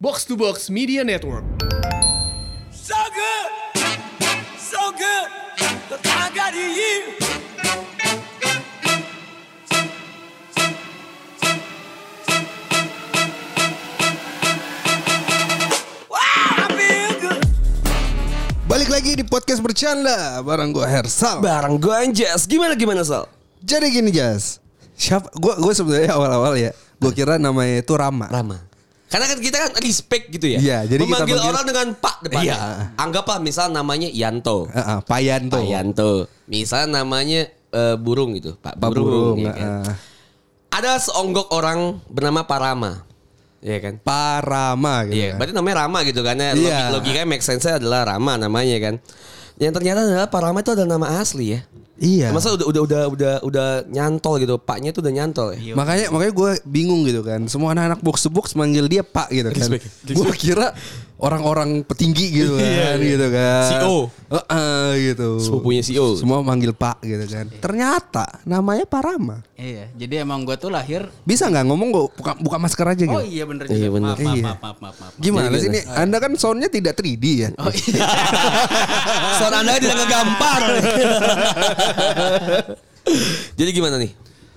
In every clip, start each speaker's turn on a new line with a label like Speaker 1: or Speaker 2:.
Speaker 1: Box to Box Media Network.
Speaker 2: So good, so good that I got you. Wow, I feel good.
Speaker 3: Balik lagi di podcast bercanda bareng gue Hersal.
Speaker 4: Barang gue anjas. Gimana gimana Sal?
Speaker 3: Jadi gini Jas, siapa? Gue gue sebenarnya awal-awal ya, gue kira namanya itu Rama.
Speaker 4: Rama. Karena kan kita kan respect gitu ya.
Speaker 3: Iya, jadi kita
Speaker 4: memanggil
Speaker 3: panggil-
Speaker 4: orang dengan Pak depannya.
Speaker 3: Iya.
Speaker 4: Anggaplah misal namanya Yanto.
Speaker 3: Ah, ah, Payanto.
Speaker 4: Pak Yanto. Misal namanya eh, burung gitu, Pak,
Speaker 3: Pak
Speaker 4: Burung.
Speaker 3: Burung.
Speaker 4: ya kan?
Speaker 3: ah, ah.
Speaker 4: Ada seonggok orang bernama Pak Rama. Iya kan?
Speaker 3: Pak Rama gitu.
Speaker 4: Iya,
Speaker 3: kan.
Speaker 4: berarti namanya Rama gitu kan. Ya.
Speaker 3: Iya.
Speaker 4: Logik- Logikanya make sense-nya adalah Rama namanya kan. Yang ternyata adalah Pak Rama itu adalah nama asli ya.
Speaker 3: Iya.
Speaker 4: Masa udah udah udah udah udah nyantol gitu, Paknya itu udah nyantol ya.
Speaker 3: Makanya makanya gue bingung gitu kan. Semua anak-anak box to box manggil dia Pak gitu kan. Gue kira orang-orang petinggi gitu
Speaker 4: Iya,
Speaker 3: kan, gitu kan.
Speaker 4: CEO.
Speaker 3: Heeh, gitu.
Speaker 4: Sepupunya E CEO.
Speaker 3: Semua manggil Pak gitu kan.
Speaker 4: Iya.
Speaker 3: Ternyata namanya Pak Rama.
Speaker 5: Iya, jadi emang gue tuh lahir.
Speaker 3: Bisa nggak ngomong gue buka, buka masker aja gitu?
Speaker 5: Oh iya bener juga.
Speaker 4: Iya, bener.
Speaker 5: Maaf, maaf,
Speaker 3: Iya.
Speaker 5: maaf, maaf, maaf, maaf.
Speaker 3: Gimana
Speaker 4: Jadi
Speaker 3: sih ini?
Speaker 4: gitu.
Speaker 3: Anda kan soundnya tidak 3D ya?
Speaker 5: Oh iya.
Speaker 4: Sound Anda tidak ngegampar. Jadi gimana nih?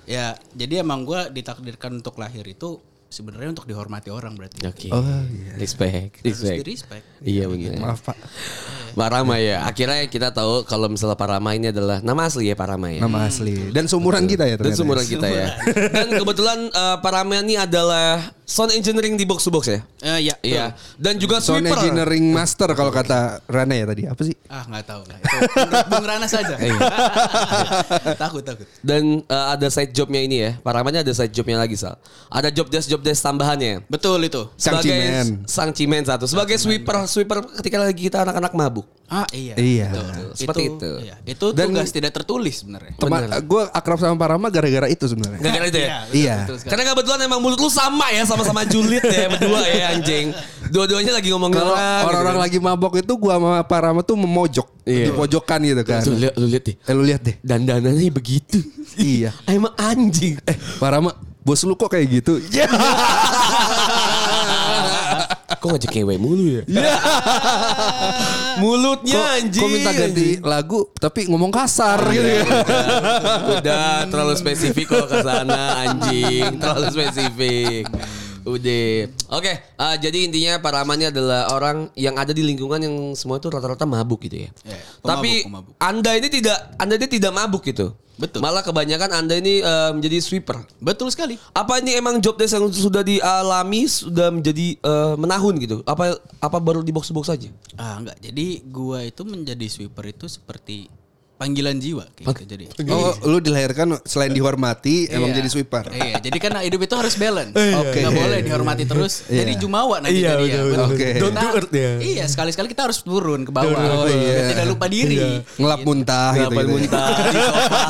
Speaker 5: ya, jadi emang gue ditakdirkan untuk lahir itu sebenarnya untuk dihormati orang berarti.
Speaker 4: Oke.
Speaker 3: Oh, iya.
Speaker 4: Respect.
Speaker 5: Harus di
Speaker 4: Respect.
Speaker 5: respect.
Speaker 4: Iya benar.
Speaker 3: Maaf Pak.
Speaker 4: Pak Rama ya. Akhirnya kita tahu kalau misalnya Pak Rama ini adalah nama asli ya Pak Rama ya.
Speaker 3: Nama asli. Dan seumuran kita ya
Speaker 4: Dan
Speaker 3: ternyata.
Speaker 4: seumuran kita ya. Dan kebetulan eh, Pak Rama ini adalah sound engineering di box to box ya.
Speaker 5: Eh ya.
Speaker 4: Iya. Dan juga
Speaker 3: Sound
Speaker 4: sweeper.
Speaker 3: engineering master kalau kata Rana ya tadi. Apa sih?
Speaker 5: Ah nggak tahu lah. Itu menurut Bung Rana saja.
Speaker 4: Iya.
Speaker 5: takut takut.
Speaker 4: Dan eh, ada side jobnya ini ya. Pak Rama ini ada side jobnya lagi Sal. Ada job desk job desk tambahannya.
Speaker 5: Betul itu.
Speaker 3: Sang
Speaker 4: Sebagai
Speaker 3: Cimen.
Speaker 4: Sang Cimen satu. Sebagai sweeper sweeper ketika lagi kita anak-anak mabuk.
Speaker 5: Ah iya.
Speaker 3: Iya.
Speaker 5: Betul.
Speaker 4: Seperti itu.
Speaker 5: Iya. Itu
Speaker 3: Dan-
Speaker 5: tugas tidak tertulis sebenarnya.
Speaker 3: Teman
Speaker 4: Bener.
Speaker 3: gue akrab sama Pak Rama gara-gara itu sebenarnya.
Speaker 4: Gak kira itu ya?
Speaker 5: betul,
Speaker 3: Iya.
Speaker 5: betul sekali.
Speaker 4: Karena kebetulan emang mulut lu sama ya sama-sama julid ya berdua ya anjing. Dua-duanya lagi ngomongin
Speaker 3: Kalau orang-orang
Speaker 4: gitu.
Speaker 3: lagi mabok itu gua sama Pak Rama tuh memojok
Speaker 4: Iya.
Speaker 3: di pojokan gitu kan.
Speaker 4: Tuh, lihat- lu lihat deh.
Speaker 3: Eh lu lihat deh.
Speaker 4: Dandanannya begitu.
Speaker 3: Iya. Eh,
Speaker 4: Emang anjing. Iya,
Speaker 3: Pak Rama, bos lu kok kayak gitu? Ya.
Speaker 4: Kok ngajak cewek mulu ya? Mulutnya
Speaker 3: Kok,
Speaker 4: anjing. Iya.
Speaker 3: kok minta ganti lagu tapi ngomong kasar gitu ya.
Speaker 4: Udah terlalu spesifik kalau ke sana anjing, terlalu spesifik. Udah. Oke, eh, jadi intinya Pak Rahman ini adalah orang yang ada di lingkungan yang semua itu rata-rata mabuk gitu ya.
Speaker 5: Iya, pemabuk,
Speaker 4: Tapi
Speaker 5: pemabuk.
Speaker 4: Anda ini tidak Anda ini tidak mabuk gitu.
Speaker 5: Betul.
Speaker 4: Malah kebanyakan Anda ini eh, menjadi sweeper.
Speaker 5: Betul sekali.
Speaker 4: Apa ini emang job desk yang sudah dialami sudah menjadi eh, menahun gitu? Apa apa baru di box-box saja?
Speaker 5: Ah enggak. Jadi gua itu menjadi sweeper itu seperti panggilan jiwa kayak gitu. Jadi
Speaker 3: Oh, lu dilahirkan selain dihormati emang
Speaker 5: Iya.
Speaker 3: jadi sweeper.
Speaker 5: Iya, jadi kan hidup itu harus balance.
Speaker 3: Iya.
Speaker 5: Oke. Nggak
Speaker 3: Iya.
Speaker 5: boleh dihormati terus. Jadi jumawa nanti
Speaker 6: Iya,
Speaker 5: jadi
Speaker 6: betul, betul.
Speaker 3: Oke.
Speaker 6: Don't do earth, ya.
Speaker 5: Iya, sekali-sekali kita harus turun ke bawah.
Speaker 3: Oh, iya.
Speaker 5: Tidak lupa diri.
Speaker 3: Ngelap muntah gitu.
Speaker 4: Ngelapan
Speaker 3: gitu.
Speaker 4: muntah di sofa.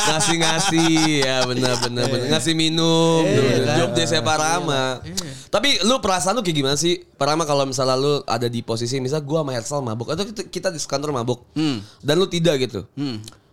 Speaker 4: Ngasih-ngasih ya benar-benar benar. Ngasih minum. bener-bener. Job desk Pak Rama. Tapi lu perasaan lu kayak gimana sih? Pak Rama kalau misalnya lu ada di posisi misalnya gua sama Hersal mabuk atau kita, kita di kantor mabuk dan lu tidak gitu.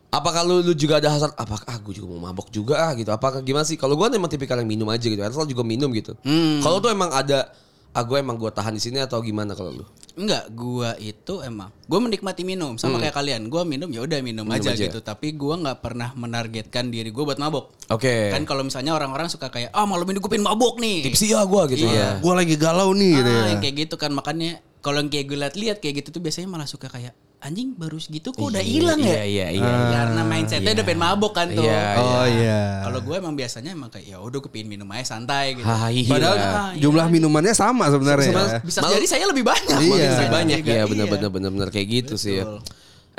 Speaker 4: Apakah lu, lu juga ada hasrat apakah ah, gua juga mau mabok juga ah gitu. Apakah gimana sih? Kalau gua emang tipikal yang minum aja gitu. Hersal juga minum gitu. Kalau tuh emang ada ah gua emang gua tahan di sini atau gimana kalau lu?
Speaker 5: Enggak, gua itu emang gua menikmati minum sama
Speaker 3: Hmm.
Speaker 5: kayak kalian. Gua minum ya udah minum, aja,
Speaker 4: aja.
Speaker 5: gitu, tapi gua nggak pernah menargetkan diri gua buat mabok.
Speaker 4: Oke.
Speaker 5: Kan kalau misalnya orang-orang suka kayak, "Ah, malam ini gua pengen mabok nih."
Speaker 4: Tipsi ya gua gitu ya.
Speaker 3: Gua lagi galau nih gitu
Speaker 4: Iya.
Speaker 3: ya.
Speaker 5: Ah, yang kayak gitu kan makanya kalau yang kayak gue lihat-lihat kayak gitu tuh biasanya malah suka kayak anjing baru segitu kok udah hilang ya.
Speaker 4: iya, iya, iya,
Speaker 5: Karena mindsetnya udah pengen mabok kan tuh.
Speaker 4: Iya,
Speaker 3: Oh iya.
Speaker 5: Kalau gue emang biasanya emang kayak ya udah gue pengen minum aja santai gitu.
Speaker 4: Hai,
Speaker 3: Padahal
Speaker 4: gila.
Speaker 5: Ah, iya.
Speaker 3: jumlah minumannya sama sebenarnya. ya.
Speaker 5: Bisa
Speaker 4: Malu-
Speaker 5: jadi saya lebih banyak.
Speaker 3: Iya.
Speaker 5: mungkin
Speaker 4: lebih
Speaker 5: saya
Speaker 4: banyak
Speaker 5: juga.
Speaker 4: ya benar-benar
Speaker 5: Iya.
Speaker 4: benar-benar kayak gitu sih ya.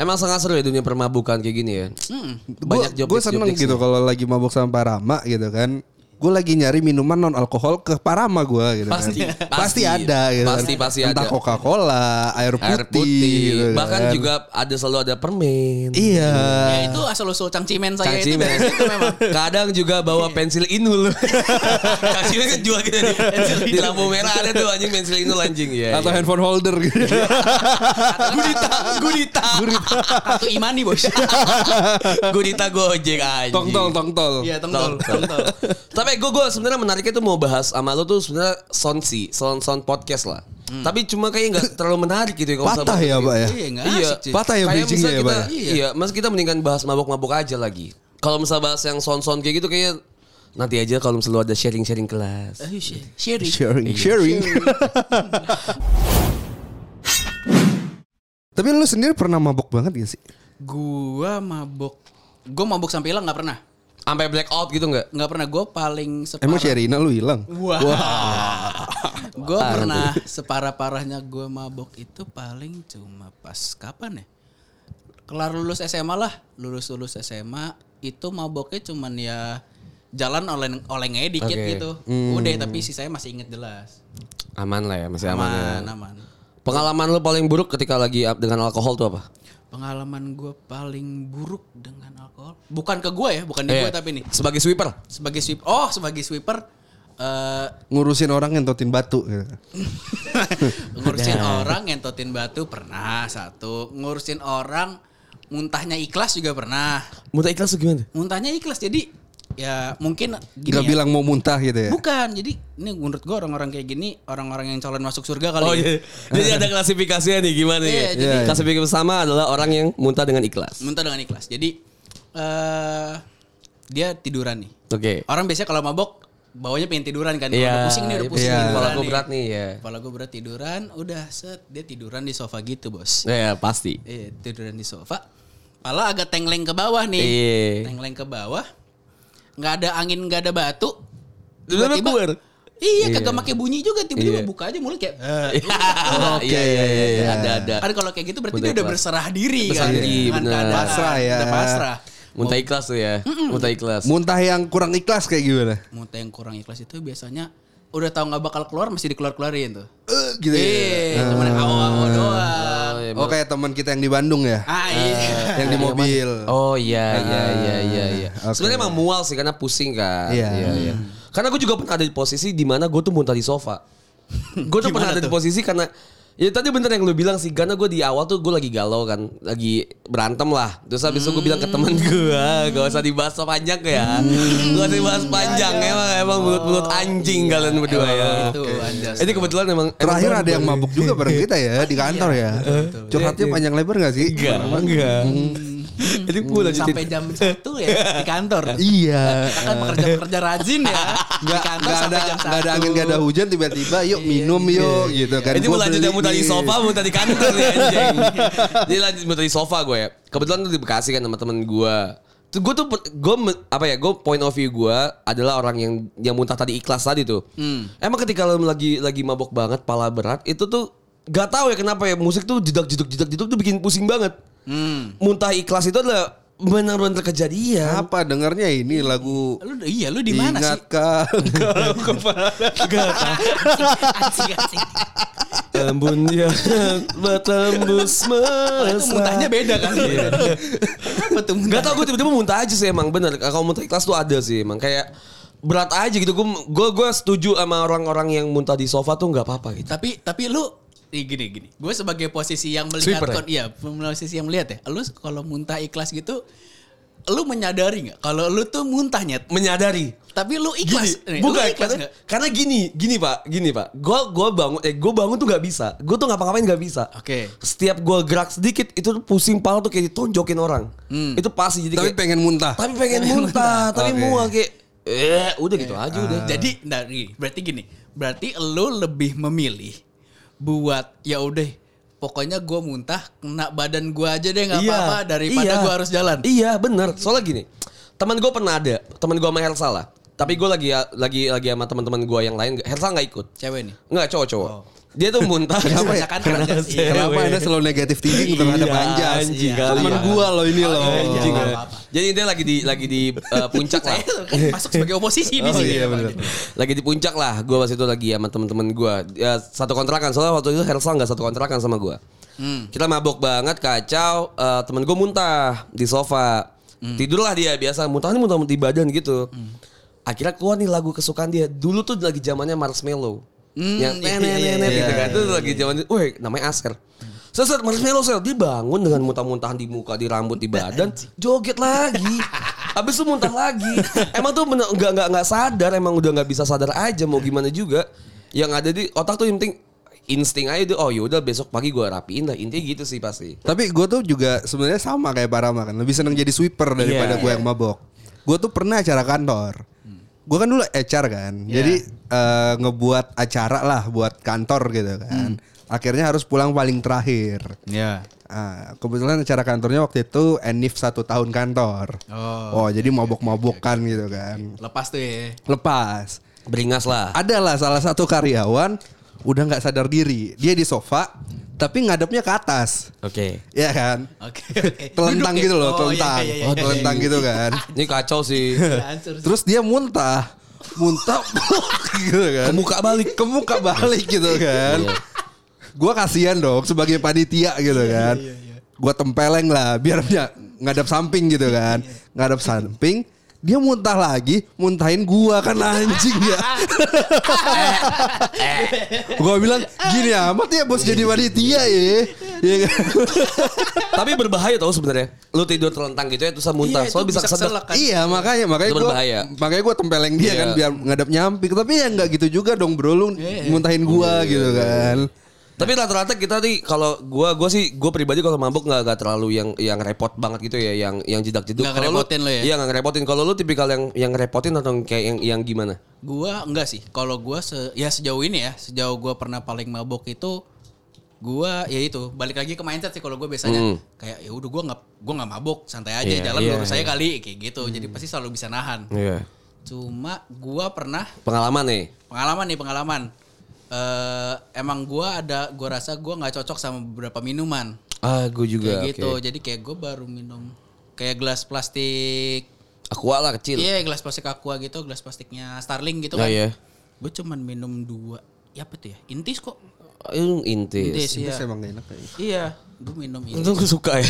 Speaker 4: Emang sangat seru ya dunia permabukan kayak gini ya.
Speaker 5: Hmm.
Speaker 3: Banyak Gue
Speaker 4: desk-
Speaker 3: seneng
Speaker 4: desk
Speaker 3: gitu
Speaker 4: nih.
Speaker 3: kalau lagi mabok sama Parama gitu kan. Gue lagi nyari minuman non alkohol ke Parama gue gitu
Speaker 4: Pasti.
Speaker 3: kan.
Speaker 4: Pasti.
Speaker 3: pasti ada gitu kan.
Speaker 4: Pasti, pasti ada.
Speaker 3: Entah Coca-Cola, air putih,
Speaker 4: Air putih,
Speaker 3: gitu
Speaker 4: bahkan
Speaker 3: kan.
Speaker 4: juga ada selalu ada permen.
Speaker 3: Iya.
Speaker 5: Ya itu asal usul cangcimen saya itu
Speaker 4: Cacimen.
Speaker 5: dari
Speaker 3: gitu
Speaker 5: situ memang.
Speaker 4: Kadang juga
Speaker 3: Iya.
Speaker 4: bawa pensil inul. Cacimen kan jual gitu di, di lampu merah ada tuh anjing pensil inul anjing ya.
Speaker 3: Atau handphone holder gitu.
Speaker 4: gurita, gurita.
Speaker 5: Kartu imani bos. Eh,
Speaker 4: gurita Gojek anjing.
Speaker 3: tong tol, tong tol.
Speaker 5: Iya tongtol.
Speaker 4: Tol, tol. Tapi Tapi gue gue sebenarnya menariknya tuh mau bahas sama lo tuh sebenarnya sound sih, sound sound podcast lah.
Speaker 5: Hmm.
Speaker 4: Tapi cuma kayaknya nggak terlalu menarik gitu ya kalau misalnya-
Speaker 3: Patah ya, Pak ya.
Speaker 5: Iya, nggak
Speaker 4: Iya,
Speaker 5: asik, cuy.
Speaker 3: Patah ya
Speaker 4: Kayak
Speaker 3: bridgingnya
Speaker 4: misalnya
Speaker 3: ya, Pak.
Speaker 4: kita,
Speaker 3: ya?
Speaker 5: Iya.
Speaker 4: Iya, mas kita mendingan bahas mabok-mabok aja lagi. Kalau misalnya bahas yang sound-sound kayak gitu kayaknya nanti aja kalau misalnya lu ada sharing-sharing kelas.
Speaker 5: Eh, share- Sharing.
Speaker 3: Sharing, sharing. Tapi lu sendiri pernah mabok banget gak sih?
Speaker 5: Gua mabok. Gua mabok sampai hilang nggak pernah.
Speaker 4: Sampai blackout gitu nggak?
Speaker 5: Nggak pernah. Gua paling separah.
Speaker 3: Emang Sherina lu hilang?
Speaker 5: Wah. Gue pernah separah-parahnya gue mabok itu paling cuma pas kapan ya? Kelar lulus SMA lah, lulus-lulus SMA itu maboknya cuman ya jalan oleng olengnya dikit
Speaker 4: Oke.
Speaker 5: gitu. Udah tapi sisanya masih inget jelas.
Speaker 4: Aman lah ya, masih aman. ya.
Speaker 5: Aman, aman.
Speaker 4: Pengalaman lu paling buruk ketika lagi up dengan alkohol tuh apa?
Speaker 5: Pengalaman gue paling buruk dengan alkohol. Bukan ke gue ya, bukan di
Speaker 4: Eh,
Speaker 5: gue tapi nih.
Speaker 4: Sebagai sweeper.
Speaker 5: Sebagai sweep, oh sebagai sweeper eh
Speaker 3: Ngurusin orang ngentotin batu gitu.
Speaker 5: ngurusin orang ngentotin batu pernah satu ngurusin orang muntahnya ikhlas juga pernah
Speaker 4: Muta ikhlas tuh gimana?
Speaker 5: muntahnya ikhlas jadi ya mungkin gini
Speaker 3: Gak
Speaker 5: ya.
Speaker 3: bilang mau muntah gitu ya?
Speaker 5: bukan jadi ini menurut gua orang-orang kayak gini orang-orang yang calon masuk surga kali
Speaker 4: Oh iya.
Speaker 5: ya.
Speaker 4: Jadi ada klasifikasinya nih gimana
Speaker 5: Iya,
Speaker 4: ya?
Speaker 5: jadi-
Speaker 4: Klasifikasi pertama adalah orang yang muntah dengan ikhlas.
Speaker 5: muntah dengan ikhlas jadi eh dia tiduran nih
Speaker 4: Oke.
Speaker 5: orang biasanya kalau mabok bawanya pengen tiduran kan
Speaker 4: Iya,
Speaker 5: Oh, Udah pusing nih udah
Speaker 4: iya,
Speaker 5: pusing
Speaker 3: pusing.
Speaker 5: tiduran
Speaker 4: Kepala gua berat nih, ya.
Speaker 5: kepala gua berat tiduran udah set dia tiduran di sofa gitu bos
Speaker 4: Ya pasti.
Speaker 5: Iya, tiduran di sofa. Pala agak tengleng ke bawah nih.
Speaker 4: Iya.
Speaker 5: Tengleng ke bawah. Nggak ada angin, nggak ada batu.
Speaker 4: Tiba-tiba keluar.
Speaker 5: Iya, kagak pakai bunyi juga. Tiba-tiba
Speaker 4: Iya.
Speaker 5: buka aja mulut kayak.
Speaker 4: Eh. Oke. Iya iya iya iya, ada ada.
Speaker 5: Kan kalau kayak gitu berarti
Speaker 4: Udah
Speaker 5: dia udah
Speaker 4: ikhlas.
Speaker 5: berserah diri
Speaker 4: Berserah
Speaker 5: kan.
Speaker 4: diri,
Speaker 5: Dengan
Speaker 4: bener.
Speaker 5: keadaan.
Speaker 3: Pasrah ya.
Speaker 5: Udah pasrah.
Speaker 4: Muntah ikhlas tuh ya. Muntah ikhlas.
Speaker 3: Muntah yang kurang ikhlas kayak gimana?
Speaker 5: Muntah yang kurang ikhlas itu biasanya udah tahu nggak bakal keluar masih dikeluar-keluarin tuh.
Speaker 3: Eh, gitu ya?
Speaker 5: Iya, cuman
Speaker 4: Ah.
Speaker 5: awo-awo
Speaker 4: Oh,
Speaker 5: doang.
Speaker 4: iya,
Speaker 3: Oh kayak teman kita yang di Bandung ya?
Speaker 5: Ah, iya.
Speaker 3: yang di mobil. Ah.
Speaker 4: Oh iya iya iya iya iya.
Speaker 3: oke.
Speaker 4: Sebenarnya emang mual sih karena pusing kan.
Speaker 3: Iya.
Speaker 4: Karena gue juga pernah ada di posisi di mana gue tuh muntah di sofa. gue tuh pernah ada di posisi karena Ya tadi bener yang lu bilang sih Karena gue di awal tuh gue lagi galau kan Lagi berantem lah Terus habis itu gue bilang ke temen gue
Speaker 3: Hmm.
Speaker 4: Gak usah dibahas panjang ya Gak usah dibahas panjang
Speaker 3: Iya.
Speaker 4: Emang emang mulut-mulut
Speaker 3: Oh,
Speaker 4: anjing kalian berdua ya
Speaker 5: Itu Anda.
Speaker 4: Ini kebetulan emang
Speaker 3: gitu. Terakhir ada yang mabuk juga bareng kita ya di kantor ya. Curhatnya panjang lebar gak sih?
Speaker 4: Enggak Enggak
Speaker 3: Hmm.
Speaker 4: Jadi gue lanjutin
Speaker 5: Hmm. Sampai jam satu ya di kantor.
Speaker 3: Iya.
Speaker 5: Kita kan pekerja-pekerja rajin ya.
Speaker 3: Nggak,
Speaker 5: di kantor
Speaker 3: nggak
Speaker 5: sampai
Speaker 3: ada
Speaker 5: jam
Speaker 3: nggak ada angin nggak ada hujan tiba-tiba
Speaker 4: Iya,
Speaker 3: yuk minum yuk gitu kan.
Speaker 4: Ini
Speaker 3: Gua
Speaker 4: mau lanjut
Speaker 3: beli
Speaker 4: yang muntah di
Speaker 3: nih.
Speaker 4: sofa, muntah di kantor nih anjing. Jadi lanjut muntah di sofa gue ya. Kebetulan tuh di Bekasi kan sama temen gue. Tuh gue tuh gue apa ya gue point of view gue adalah orang yang yang muntah tadi ikhlas tadi tuh. Emang ketika lo lagi lagi mabok banget, pala berat itu tuh gak tahu ya kenapa ya musik tuh jedak jedak jedak jedak tuh bikin pusing banget.
Speaker 5: Hmm.
Speaker 4: Muntah ikhlas itu adalah benar-benar kejadian.
Speaker 3: Apa dengarnya ini lagu
Speaker 5: Lu iya lu di mana sih?
Speaker 3: Ingatkan
Speaker 4: Gak tahu.
Speaker 5: Asik, asik.
Speaker 4: Embun yang bertembus
Speaker 5: Wah, Itu muntahnya
Speaker 4: melesat.
Speaker 5: beda kan.
Speaker 3: Iya.
Speaker 5: Kenapa tuh muntah?
Speaker 4: Gak tau gue tiba-tiba muntah aja sih emang bener Kalau muntah ikhlas tuh ada sih emang Kayak berat aja gitu Gue gue gue setuju sama orang-orang yang muntah di sofa tuh nggak apa-apa gitu
Speaker 5: Tapi tapi lu Ih, gini gini. Gue sebagai posisi yang melihat
Speaker 4: Sweeper,
Speaker 5: kon-
Speaker 3: ya?
Speaker 5: iya, posisi yang melihat ya. Lu kalau muntah ikhlas gitu lu menyadari nggak kalau lu tuh muntahnya
Speaker 4: Menyadari
Speaker 5: tapi lu
Speaker 4: Gini,
Speaker 5: ikhlas Nih, eh, lu
Speaker 4: bukan
Speaker 5: ikhlas
Speaker 4: karena,
Speaker 5: nggak?
Speaker 4: karena gini, gini pak, gini pak. Gue gua bangun, eh gue bangun tuh nggak bisa. Gue tuh ngapa-ngapain nggak bisa.
Speaker 5: Oke.
Speaker 4: Setiap gue gerak sedikit, itu tuh pusing pala tuh kayak ditonjokin orang. Itu pasti jadi.
Speaker 3: tapi
Speaker 4: kayak-
Speaker 3: pengen muntah.
Speaker 4: tapi pengen muntah, tapi
Speaker 3: Oke.
Speaker 4: mual kayak. Eh, udah gitu aja udah.
Speaker 3: Ah.
Speaker 5: Jadi nah, gini, berarti gini, berarti lu lebih memilih buat ya udah pokoknya gue muntah kena badan gue aja deh nggak apa-apa daripada
Speaker 4: iya.
Speaker 5: gue harus jalan.
Speaker 4: Iya bener. Soalnya gini, teman gue pernah ada, teman gue sama Hersa lah. Tapi gue lagi lagi lagi sama teman-teman gue yang lain, Hersa nggak ikut.
Speaker 5: Cewek nih.
Speaker 4: Nggak cowok-cowok.
Speaker 5: Oh.
Speaker 4: Dia tuh muntah.
Speaker 3: Kenapa ya?
Speaker 5: Rasakan
Speaker 3: Kenapa,
Speaker 5: kerja sih.
Speaker 3: kenapa anda selalu negatif thinking terhadap
Speaker 4: Iya,
Speaker 3: Anjas?
Speaker 4: anjing kali
Speaker 3: Temen
Speaker 4: ya.
Speaker 3: gua loh ini loh.
Speaker 4: Anjing, ya. Jadi dia lagi di lagi di eh, puncak lah.
Speaker 5: Saya tuh kan masuk sebagai oposisi di
Speaker 3: Oh
Speaker 5: sini.
Speaker 3: iya benar.
Speaker 4: lagi di puncak lah gue waktu itu lagi sama temen-temen gue ya, satu kontrakan soalnya waktu itu Hersal nggak satu kontrakan sama gue
Speaker 5: Hmm.
Speaker 4: kita mabok banget kacau Eh, temen gue muntah di sofa
Speaker 5: Hmm.
Speaker 4: tidurlah dia biasa muntahnya muntah di badan gitu akhirnya keluar nih lagu kesukaan dia dulu tuh lagi zamannya marshmallow yang
Speaker 5: iya,
Speaker 4: nenek
Speaker 5: iya,
Speaker 4: nenek gitu kan itu lagi zaman woi namanya Aser Seset marshmallow sel dia bangun dengan muntah-muntahan di muka, di rambut, di badan, joget lagi. Habis itu muntah lagi. Emang tuh bener, nggak nggak nggak sadar, emang udah nggak bisa sadar aja mau gimana juga. Yang ada di otak tuh yang penting insting aja tuh. Oh yaudah besok pagi gua rapiin lah. Intinya gitu sih pasti.
Speaker 3: Tapi gue tuh juga sebenarnya sama kayak Parama kan. Lebih seneng jadi sweeper
Speaker 4: Iya,
Speaker 3: daripada gue yang mabok. Gue tuh pernah acara kantor.
Speaker 4: Hmm.
Speaker 3: Gue kan dulu HR kan.
Speaker 4: Iya.
Speaker 3: Jadi eh, ngebuat acara lah buat kantor gitu kan.
Speaker 4: Hmm.
Speaker 3: Akhirnya harus pulang paling terakhir.
Speaker 5: Ya.
Speaker 3: Ah, kebetulan acara kantornya waktu itu Enif satu tahun kantor. Oh,
Speaker 5: iya,
Speaker 3: jadi mabok-mabokan gitu kan.
Speaker 5: Lepas tuh ya.
Speaker 3: Lepas.
Speaker 4: Beringas lah.
Speaker 3: Adalah salah satu karyawan udah nggak sadar diri. Dia di sofa tapi ngadepnya ke atas.
Speaker 4: Oke.
Speaker 3: Iya kan?
Speaker 5: Oke. oke.
Speaker 3: telentang
Speaker 5: Duduk ya?
Speaker 3: gitu loh,
Speaker 5: Oh,
Speaker 3: telentang.
Speaker 5: iya, iya,
Speaker 3: Oh,
Speaker 5: iya,
Speaker 3: telentang gitu kan.
Speaker 4: Ini kacau sih.
Speaker 5: iya. Hancur sih.
Speaker 3: Terus dia muntah. Muntah gitu kan.
Speaker 4: Kemuka balik.
Speaker 3: Kemuka balik gitu kan. Gua kasihan dong sebagai panitia gitu kan.
Speaker 5: Iya,
Speaker 3: Gua tempeleng lah biar dia ngadap samping gitu kan.
Speaker 5: Iya.
Speaker 3: Ngadap samping dia muntah lagi, muntahin gua kan anjing ya. gua bilang gini amat ya bos jadi panitia ya. Iya kan?
Speaker 4: Tapi berbahaya tau sebenarnya. Lu tidur terlentang gitu ya terus muntah.
Speaker 5: Iya, itu
Speaker 4: Soalnya bisa
Speaker 5: bisa
Speaker 4: kesedek.
Speaker 5: keselak. kan.
Speaker 3: Iya makanya makanya
Speaker 4: Itu
Speaker 3: gue
Speaker 4: berbahaya.
Speaker 3: makanya gue tempeleng dia
Speaker 4: Iya.
Speaker 3: kan biar ngadap nyamping. Tapi ya nggak gitu juga dong bro lu
Speaker 5: Iya,
Speaker 3: muntahin gue
Speaker 4: Iya,
Speaker 3: gitu kan.
Speaker 4: Tapi rata-rata kita nih kalau gua gua sih gua pribadi kalau mabuk nggak nggak terlalu yang yang repot banget gitu ya yang yang jedak jeduk.
Speaker 5: Nggak ngerepotin lo ya?
Speaker 4: Iya nggak ngerepotin. Kalau lu tipikal yang yang ngerepotin atau kayak yang yang gimana?
Speaker 5: Gua enggak sih. Kalau gua se- ya sejauh ini ya, sejauh gua pernah paling mabok itu gua ya itu balik lagi ke mindset sih kalau gua biasanya kayak ya udah gua nggak gua nggak mabok santai aja
Speaker 4: Hmm. Iya,
Speaker 5: jalan
Speaker 4: iya,
Speaker 5: lurus
Speaker 4: iya.
Speaker 5: saya kali kayak gitu jadi pasti selalu bisa nahan
Speaker 4: Iya.
Speaker 5: cuma gua pernah
Speaker 4: Pengalaman nih.
Speaker 5: pengalaman nih pengalaman eh emang gua ada gua rasa gua nggak cocok sama beberapa minuman
Speaker 4: Ah, gua juga.
Speaker 5: kayak
Speaker 4: oke.
Speaker 5: gitu jadi kayak gua baru minum kayak gelas plastik
Speaker 4: Aqua lah kecil.
Speaker 5: Iya gelas plastik aqua gitu, gelas plastiknya Starling gitu
Speaker 4: Oh,
Speaker 5: kan.
Speaker 4: iya.
Speaker 5: Gue cuman minum dua, ya apa tuh ya? Intis kok.
Speaker 4: Itu intis.
Speaker 5: Intis, iya.
Speaker 3: Terus emang nggak enak kayaknya.
Speaker 5: Iya, gue minum
Speaker 4: Itu
Speaker 5: intis.
Speaker 4: gue suka ya.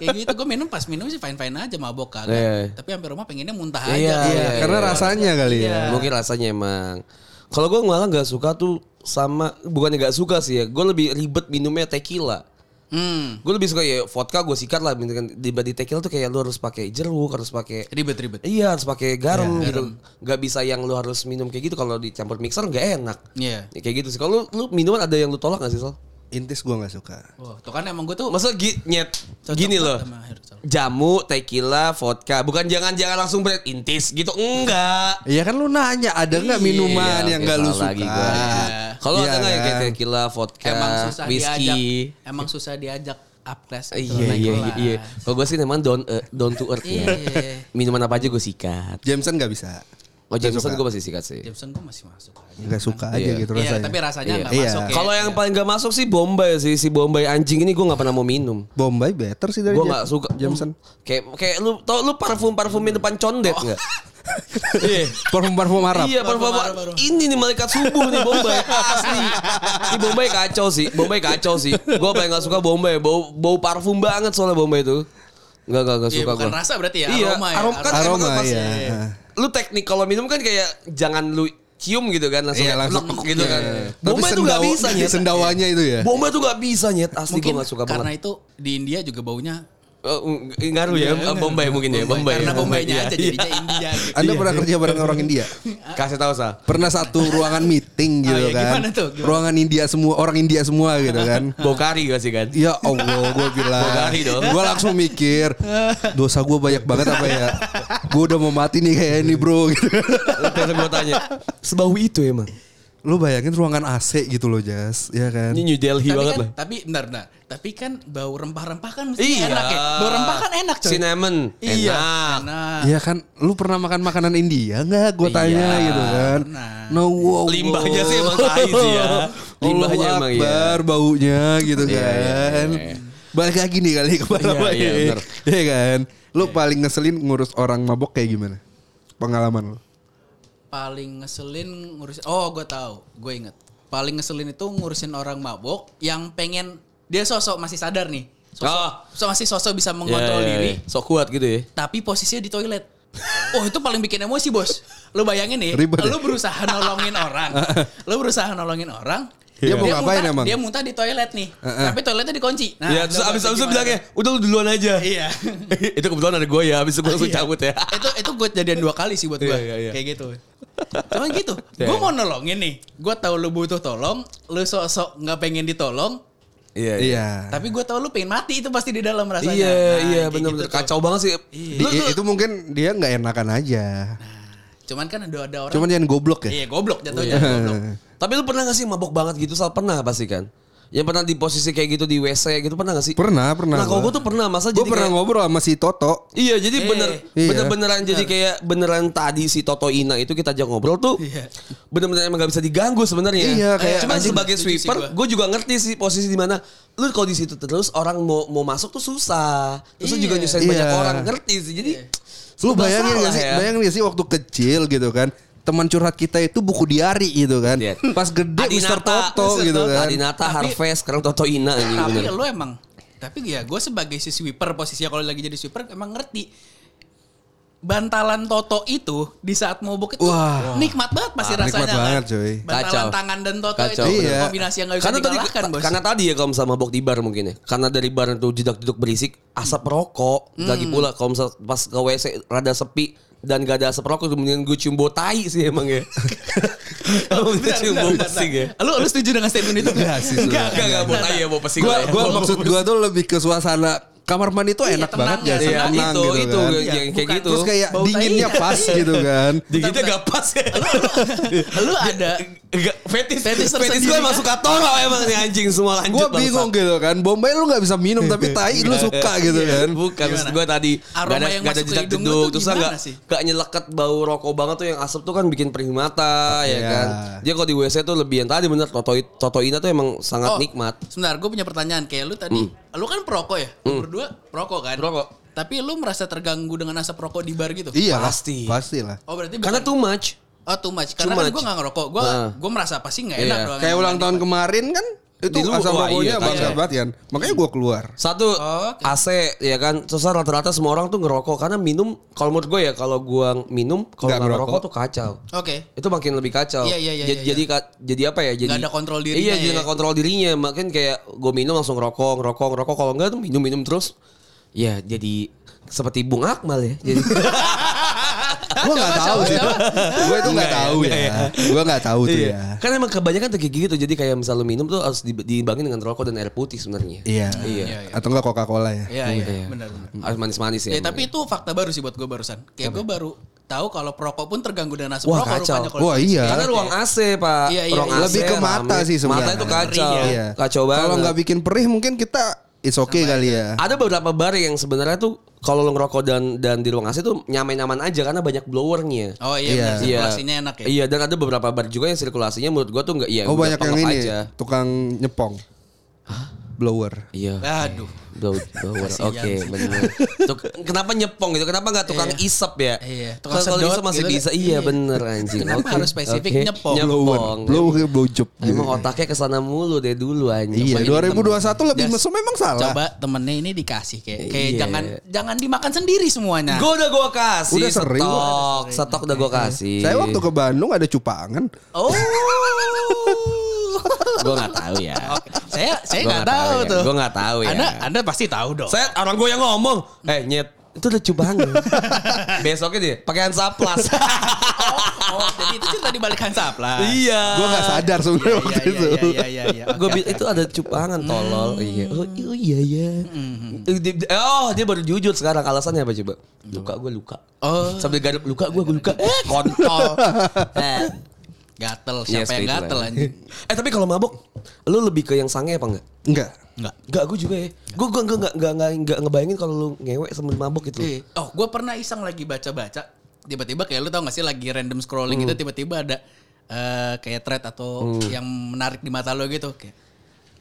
Speaker 5: Kayak gitu gue minum pas minum sih fine-fine aja mabok kagak.
Speaker 4: Iya, iya.
Speaker 5: Tapi hampir rumah pengennya muntah
Speaker 4: Iya,
Speaker 5: aja.
Speaker 3: Iya, karena rasanya kali
Speaker 5: Iya.
Speaker 3: ya.
Speaker 4: Mungkin rasanya emang. Kalau gue malah nggak suka tuh sama bukannya nggak suka sih ya. Gue lebih ribet minumnya tequila.
Speaker 5: Hmm,
Speaker 4: Gue lebih suka ya vodka gue sikat lah gitu kan. di di tequila tuh kayak lu harus pakai jeruk, harus pakai
Speaker 5: ribet-ribet.
Speaker 4: Iya harus pakai garam gitu. Gak bisa yang lu harus minum kayak gitu kalau dicampur mixer nggak enak.
Speaker 5: Iya.
Speaker 4: Ya, kayak gitu sih. Kalau lu, lu minuman ada yang lu tolak gak sih Sol?
Speaker 3: Intis gue nggak suka.
Speaker 5: Wah, tuh kan emang gue tuh
Speaker 4: Masa gi- nyet
Speaker 5: cocok
Speaker 4: gini
Speaker 5: banget
Speaker 4: loh.
Speaker 5: sama Herzl.
Speaker 4: Jamu, tequila, vodka. Bukan jangan-jangan langsung berat intis gitu. Enggak.
Speaker 3: Iya kan lu nanya ada
Speaker 4: Iya,
Speaker 3: nggak minuman yang nggak lu suka?
Speaker 4: Kalau
Speaker 3: Iya
Speaker 4: ada nggak yang kayak
Speaker 3: kan?
Speaker 4: tequila, vodka,
Speaker 5: Emang susah
Speaker 4: whisky.
Speaker 5: diajak. Emang susah diajak up class gitu,
Speaker 4: Iya
Speaker 5: naik
Speaker 4: iya iya.
Speaker 5: kelas.
Speaker 4: iya. Kalau gue sih memang down eh, down to earth ya.
Speaker 5: Iya.
Speaker 4: Minuman apa aja gue sikat.
Speaker 3: Jameson nggak bisa.
Speaker 4: Oh Jameson gue masih sikat sih.
Speaker 5: Jameson gue masih masuk aja.
Speaker 3: Nggak suka aja
Speaker 4: Iya.
Speaker 3: gitu
Speaker 5: Iya,
Speaker 3: rasanya.
Speaker 5: tapi rasanya
Speaker 4: Iya.
Speaker 5: nggak
Speaker 3: Iya.
Speaker 5: masuk ya.
Speaker 4: Kalau yang paling gak masuk sih Bombay sih. Si Bombay anjing ini gue gak pernah mau minum.
Speaker 3: Bombay better sih dari
Speaker 4: Gue
Speaker 3: Jam-
Speaker 4: gak suka.
Speaker 3: Jameson.
Speaker 4: Kayak, kayak lu tau lu parfum-parfumin depan condet gak? Iya.
Speaker 3: Parfum parfum Arab.
Speaker 4: Iya parfum
Speaker 5: Parfum-parfum.
Speaker 4: Ini nih malaikat subuh nih Bombay Asli Ini Bombay kacau sih Bombay kacau sih Gue paling gak suka Bombay Bau, bau parfum banget soalnya Bombay itu Gak gak gak
Speaker 5: Iya,
Speaker 4: suka
Speaker 5: bukan
Speaker 4: gua.
Speaker 5: rasa berarti ya,
Speaker 4: Iya,
Speaker 5: aroma ya,
Speaker 4: Aroma, kan
Speaker 3: aroma.
Speaker 4: emang
Speaker 3: Aroma,
Speaker 4: pasti-
Speaker 3: iya.
Speaker 4: Lu teknik kalau minum kan kayak Jangan lu cium gitu kan Langsung
Speaker 3: Iya
Speaker 4: kayak
Speaker 3: langsung
Speaker 4: plek gitu kan
Speaker 3: Iya. Tapi
Speaker 4: Bombay tuh gak
Speaker 3: sendawa-
Speaker 4: bisa nyet.
Speaker 3: Sendawanya itu ya.
Speaker 4: Bombay tuh gak bisa nyet Asli gue
Speaker 5: Mungkin
Speaker 4: gak suka
Speaker 5: karena
Speaker 4: banget
Speaker 5: itu di India juga baunya
Speaker 4: Oh, ng- Ngaruh ya Bombay mungkin ya Bombay
Speaker 5: Iya, karena
Speaker 4: ya.
Speaker 5: bombaynya
Speaker 4: Iya.
Speaker 5: aja jadinya India gitu.
Speaker 3: Anda pernah kerja bareng orang India?
Speaker 4: Kasih tau Sal
Speaker 3: Pernah satu ruangan meeting gitu
Speaker 5: Oh, iya,
Speaker 3: kan.
Speaker 5: gimana tuh? Gimana?
Speaker 3: Ruangan India semua, orang India semua gitu kan.
Speaker 4: Bau kari gak sih kan
Speaker 3: Ya Allah, gue bilang.
Speaker 4: Bogari dong.
Speaker 3: Gue langsung mikir, dosa gue banyak banget apa ya? Gue udah mau mati nih kayak ini bro. Gitu.
Speaker 4: Terus gue tanya Sebau itu emang
Speaker 3: Lu bayangin ruangan AC gitu loh Jas, ya kan?
Speaker 4: Ini New Delhi
Speaker 5: tapi
Speaker 4: banget
Speaker 5: kan,
Speaker 4: lah
Speaker 5: tapi bentar, bentar. Tapi kan bau rempah-rempah kan mesti enak ya. Bau rempah kan enak coy.
Speaker 4: Cinnamon.
Speaker 5: Iya.
Speaker 4: Iya. Enak.
Speaker 5: Enak.
Speaker 3: Iya kan, lu pernah makan makanan India nggak? Gue tanya
Speaker 4: Iya,
Speaker 3: gitu kan.
Speaker 5: pernah.
Speaker 3: No, wow,
Speaker 4: Limbahnya sih emang tai sih ya. Limbahnya emang iya.
Speaker 3: Akbar, baunya gitu
Speaker 4: Iya,
Speaker 3: kan.
Speaker 4: iya, iya.
Speaker 3: Balik lagi nih kali ke Parama
Speaker 4: iya,
Speaker 3: ini.
Speaker 4: bener.
Speaker 3: Iya kan. Lu paling ngeselin ngurus orang mabok kayak gimana? Pengalaman lu.
Speaker 5: Paling ngeselin ngurusin Oh, gue tahu. Gue inget. Paling ngeselin itu ngurusin orang mabok yang pengen dia sosok masih sadar nih. Sosok,
Speaker 4: Oh. Iya,
Speaker 5: so- masih sosok bisa mengontrol diri,
Speaker 4: Sok kuat gitu ya.
Speaker 5: tapi posisinya di toilet. Oh itu paling bikin emosi bos. Lu bayangin nih,
Speaker 3: Ribet ya?
Speaker 5: lu berusaha nolongin orang, lu berusaha nolongin orang,
Speaker 3: Dia mau
Speaker 5: Dia
Speaker 3: ngapain
Speaker 5: muntah,
Speaker 3: emang?
Speaker 5: dia muntah di toilet nih. Tapi toiletnya dikunci. Nah,
Speaker 4: ya terus
Speaker 5: coba
Speaker 4: abis abis
Speaker 5: gimana?
Speaker 4: bilangnya udah lu duluan aja.
Speaker 5: Iya.
Speaker 4: itu kebetulan ada gue ya, abis itu gue langsung cabut ya.
Speaker 5: itu itu gue jadian dua kali sih buat gue
Speaker 4: Iya, iya, iya.
Speaker 5: kayak gitu cuman gitu gue
Speaker 4: Iya.
Speaker 5: mau nolongin nih gue tahu lu butuh tolong lu sok-sok nggak pengen ditolong
Speaker 4: Iya,
Speaker 3: Iya.
Speaker 5: tapi gue tahu lu pengen mati itu pasti di dalam rasanya
Speaker 4: Iya,
Speaker 5: Nah,
Speaker 4: iya
Speaker 5: kayak
Speaker 4: benar-benar
Speaker 5: gitu tuh.
Speaker 4: kacau banget sih.
Speaker 3: Di-
Speaker 4: Lu- lu-
Speaker 3: itu mungkin dia nggak enakan aja.
Speaker 5: cuman kan ada ada orang
Speaker 3: Cuman jangan goblok ya.
Speaker 5: iya goblok jatuhnya
Speaker 4: Iya.
Speaker 5: goblok
Speaker 4: Tapi lu pernah gak sih mabok banget gitu? Sal pernah pasti kan? Yang pernah di posisi kayak gitu di WC gitu pernah gak sih?
Speaker 3: Pernah, pernah.
Speaker 4: Nah, kalau gue tuh pernah masa
Speaker 3: Gue
Speaker 4: jadi
Speaker 3: pernah
Speaker 4: kayak-
Speaker 3: ngobrol sama si Toto.
Speaker 4: Iya, jadi bener
Speaker 3: Iya.
Speaker 4: bener beneran jadi kayak beneran tadi si Toto Ina itu kita ajak ngobrol tuh.
Speaker 5: Iya.
Speaker 4: Bener-bener emang gak bisa diganggu sebenarnya. Eh,
Speaker 3: Iya, kayak
Speaker 4: cuman
Speaker 5: anjing.
Speaker 4: sebagai
Speaker 5: Setuju sih
Speaker 4: sweeper,
Speaker 5: gua.
Speaker 4: gue juga ngerti sih posisi di mana lu kalau di situ terus orang mau mau masuk tuh susah. Terus lu
Speaker 5: Iya.
Speaker 4: juga nyusahin
Speaker 3: Iya.
Speaker 4: banyak orang, ngerti sih. Jadi
Speaker 3: Lu
Speaker 4: serba
Speaker 3: bayangin
Speaker 4: salah
Speaker 3: gak sih? Bayangin gak sih waktu kecil gitu kan. Teman curhat kita itu buku diari gitu kan.
Speaker 4: Iya.
Speaker 3: Pas gede Mister Toto
Speaker 4: Mr.
Speaker 3: gitu
Speaker 4: Toto,
Speaker 3: kan.
Speaker 4: Adinata
Speaker 5: Tapi-
Speaker 4: Harvest sekarang Toto Ina anjing
Speaker 5: tapi
Speaker 4: Iya, bener.
Speaker 5: lu emang tapi ya gue sebagai si sweeper posisinya kalau lagi jadi sweeper emang ngerti bantalan toto itu di saat mabuk itu
Speaker 3: Wah.
Speaker 5: nikmat banget pasti
Speaker 4: Ah,
Speaker 3: Nikmat
Speaker 5: rasanya kan.
Speaker 3: banget, cuy.
Speaker 5: bantalan
Speaker 4: Kacau.
Speaker 5: tangan dan toto
Speaker 4: Kacau.
Speaker 5: itu
Speaker 3: Iya.
Speaker 5: kombinasi yang gak bisa
Speaker 4: karena tadi
Speaker 5: dikalahkan bos
Speaker 4: karena tadi ya kalau misalnya mabok di bar mungkin ya. Karena dari bar itu jedak-jeduk berisik, asap rokok. Lagi pula kalau misal pas ke WC rada sepi dan gak ada asap rokok kemudian gue cium bau tai sih emang ya. Kalau itu cium bau pesing ya. Iya,
Speaker 5: Lu lu setuju dengan statement itu?
Speaker 3: Enggak sih,
Speaker 5: Enggak,
Speaker 4: Enggak enggak bau tai ya bau pesing.
Speaker 3: Gua,
Speaker 4: lah ya.
Speaker 3: gua maksud gua tuh lebih ke suasana kamar mandi tuh
Speaker 5: Iya,
Speaker 3: enak banget
Speaker 5: tenang ya,
Speaker 3: gak sih?
Speaker 4: Iya,
Speaker 3: Tenang
Speaker 4: itu
Speaker 3: gitu
Speaker 4: itu
Speaker 3: kan.
Speaker 4: yang kayak
Speaker 5: Bukan,
Speaker 4: gitu.
Speaker 3: Terus kayak
Speaker 5: Bau
Speaker 3: dinginnya
Speaker 5: tainya.
Speaker 3: pas gitu kan.
Speaker 4: Dikitnya gak pas ya.
Speaker 5: Lu ada
Speaker 4: Enggak, fetis. Fetis, fetis
Speaker 5: Fetis
Speaker 4: gue
Speaker 5: tersendiri
Speaker 4: emang
Speaker 5: kan?
Speaker 4: suka toro emang nih anjing semua lanjut.
Speaker 3: Gua
Speaker 4: bangsat.
Speaker 3: bingung gitu kan. Bombay lu gak bisa minum tapi tai lu suka gitu kan.
Speaker 4: Iya, Bukan,
Speaker 5: Gimana?
Speaker 4: gue tadi
Speaker 5: Aroma
Speaker 4: nggak ada-
Speaker 5: yang
Speaker 4: nggak ada
Speaker 5: masuk ke
Speaker 4: jedak
Speaker 5: hidung lu
Speaker 4: jeduk
Speaker 5: tuh
Speaker 4: terus
Speaker 5: gimana
Speaker 4: nggak
Speaker 5: sih?
Speaker 4: nggak nyelekat bau rokok banget tuh yang asap tuh kan bikin perih mata ya
Speaker 3: Iya.
Speaker 4: kan. Dia kalau di WC tuh lebih yang tadi bener Toto Totoina tuh emang sangat
Speaker 5: Oh,
Speaker 4: nikmat. Hmm.
Speaker 5: Sebentar, gue punya pertanyaan kayak lu tadi. Lu kan perokok ya? Lu Berdua perokok kan?
Speaker 4: Perokok.
Speaker 5: Tapi lu merasa terganggu dengan asap rokok di bar gitu?
Speaker 3: Iya lah,
Speaker 4: Pasti.
Speaker 3: Pasti lah.
Speaker 5: Oh, berarti
Speaker 4: Karena
Speaker 5: bukan-
Speaker 4: too much.
Speaker 5: Oh, too much. Karena
Speaker 4: Too
Speaker 5: kan
Speaker 4: much.
Speaker 5: gue gak ngerokok. Gue
Speaker 4: Nah.
Speaker 5: gue merasa pasti gak
Speaker 4: Iya.
Speaker 5: enak doang.
Speaker 3: Kayak ulang tahun kemarin kan itu
Speaker 4: Di luar,
Speaker 3: asam
Speaker 4: wah,
Speaker 3: rokoknya
Speaker 4: iya, tai.
Speaker 3: bangsat banget kan. Makanya gua keluar.
Speaker 4: Satu
Speaker 5: Oh, Oke.
Speaker 4: AC ya kan. Terus rata-rata semua orang tuh ngerokok karena minum kalau menurut gue ya kalau gua minum kalau
Speaker 3: Nggak
Speaker 4: nggak ngerokok.
Speaker 3: ngerokok.
Speaker 4: tuh kacau.
Speaker 5: Oke.
Speaker 4: Itu makin lebih kacau.
Speaker 5: Iya, iya, iya,
Speaker 4: Jadi
Speaker 5: iya.
Speaker 4: jadi, ka- jadi apa ya? Jadi
Speaker 5: Nggak ada kontrol dirinya
Speaker 4: Iya, jadi
Speaker 5: ya.
Speaker 4: nggak kontrol dirinya. Makin kayak gue minum langsung ngerokok, ngerokok, ngerokok. Kalau enggak tuh minum-minum terus. Ya, jadi seperti Bung Akmal ya. Jadi
Speaker 3: Iya. Gua nggak tahu sih. Gua itu nggak tahu ya. Gua nggak tahu tuh ya.
Speaker 4: Kan emang kebanyakan tuh kayak gitu. Jadi kayak misal lu minum tuh harus dib- diimbangin dengan rokok dan air putih sebenarnya.
Speaker 3: Iya.
Speaker 4: Iya.
Speaker 3: Atau enggak Coca-Cola ya?
Speaker 5: Iya, iya.
Speaker 4: Iya.
Speaker 5: Benar, benar.
Speaker 4: Harus manis-manis ya.
Speaker 5: Ya, tapi itu fakta baru sih buat gue barusan. Kayak gue baru tahu kalau perokok pun terganggu dengan asap
Speaker 4: Wah,
Speaker 5: rokok
Speaker 4: kacau.
Speaker 5: rupanya kalau-
Speaker 3: Wah, iya.
Speaker 4: Karena ruang AC, Pak.
Speaker 5: Iya, iya,
Speaker 4: ruang
Speaker 5: iya.
Speaker 3: Lebih ke mata
Speaker 4: rame.
Speaker 3: sih sebenarnya.
Speaker 4: Mata itu kacau.
Speaker 5: Perih
Speaker 3: Iya.
Speaker 4: Kacau banget.
Speaker 3: Kalau nggak bikin perih mungkin kita it's okay kali ya.
Speaker 4: ada beberapa bar yang sebenarnya tuh kalau lo ngerokok dan dan di ruang AC tuh nyaman-nyaman aja karena banyak blowernya.
Speaker 5: Oh
Speaker 3: Iya.
Speaker 5: iya, benar. Sirkulasinya enak ya.
Speaker 4: Iya, dan ada beberapa bar juga yang sirkulasinya menurut gua tuh nggak iya.
Speaker 3: Oh
Speaker 4: udah
Speaker 3: banyak yang
Speaker 4: pengep
Speaker 3: ini
Speaker 4: Aja.
Speaker 3: tukang nyepong. Blower.
Speaker 4: Iya.
Speaker 5: Aduh.
Speaker 4: Blow- blower.
Speaker 5: Nah, Kasihan
Speaker 4: Oke,
Speaker 5: sih.
Speaker 4: benar. Tuh, kenapa nyepong gitu? Kenapa nggak tukang
Speaker 5: Iya.
Speaker 4: isap ya?
Speaker 5: Iya, tukang
Speaker 4: Kalau kalau
Speaker 5: sedot
Speaker 4: isap masih
Speaker 5: gitu.
Speaker 4: bisa. Iya, bener anjing.
Speaker 5: Kenapa
Speaker 4: Oke,
Speaker 5: harus spesifik
Speaker 4: oke.
Speaker 5: nyepong?
Speaker 4: Nyepong.
Speaker 3: Blower blow job.
Speaker 4: Emang otaknya kesana mulu deh dulu anjing.
Speaker 3: Iya,
Speaker 4: Pengen
Speaker 3: 2021 lebih mesum memang salah.
Speaker 5: Coba temennya ini dikasih kayak kayak
Speaker 4: Iya.
Speaker 5: jangan jangan dimakan sendiri semuanya.
Speaker 4: Gue udah gue kasih
Speaker 3: Udah sering.
Speaker 4: stok, stok udah
Speaker 5: Iya.
Speaker 4: gue kasih.
Speaker 3: Saya waktu ke Bandung ada cupangan.
Speaker 5: Oh.
Speaker 4: gue nggak tahu ya.
Speaker 5: saya saya
Speaker 4: Gua
Speaker 5: nggak
Speaker 4: nggak tahu
Speaker 5: tahu
Speaker 4: ya.
Speaker 5: tuh.
Speaker 4: Gua nggak tahu ya.
Speaker 5: Anda Anda pasti tahu dong.
Speaker 4: Saya orang gue yang ngomong, eh nyet itu udah cubangan. Besoknya dia pakaian saplas.
Speaker 5: Oh, jadi itu cerita di balik Hansa Plus.
Speaker 4: iya.
Speaker 3: Gua nggak sadar sebenarnya
Speaker 5: Iya,
Speaker 3: waktu
Speaker 5: iya,
Speaker 3: itu.
Speaker 5: iya, iya, iya, iya.
Speaker 4: Gue
Speaker 5: Oke, oke.
Speaker 4: itu ada cupangan tolol. Iya. Oh, iya, iya iya. Eh, di- di- Oh dia baru jujur sekarang alasannya apa coba? Luka gue luka.
Speaker 5: Oh.
Speaker 4: Sambil garuk luka gue gue luka. Eh kontol.
Speaker 5: Eh, gatel siapa
Speaker 4: Yes,
Speaker 5: yang
Speaker 4: kayak
Speaker 5: gatel
Speaker 4: itulah.
Speaker 5: anjing?
Speaker 4: Iya, Eh tapi kalau mabok, lu lebih ke yang sange apa enggak?
Speaker 3: Enggak.
Speaker 5: Enggak.
Speaker 4: Enggak, gue juga ya. Gue gue enggak enggak enggak enggak, enggak ngebayangin kalau lu ngewek sambil mabok gitu.
Speaker 5: Iya. Oh, gue pernah iseng lagi baca-baca. Tiba-tiba kayak lu tau gak sih lagi random scrolling gitu tiba-tiba ada eh, kayak thread atau yang menarik di mata lo gitu kayak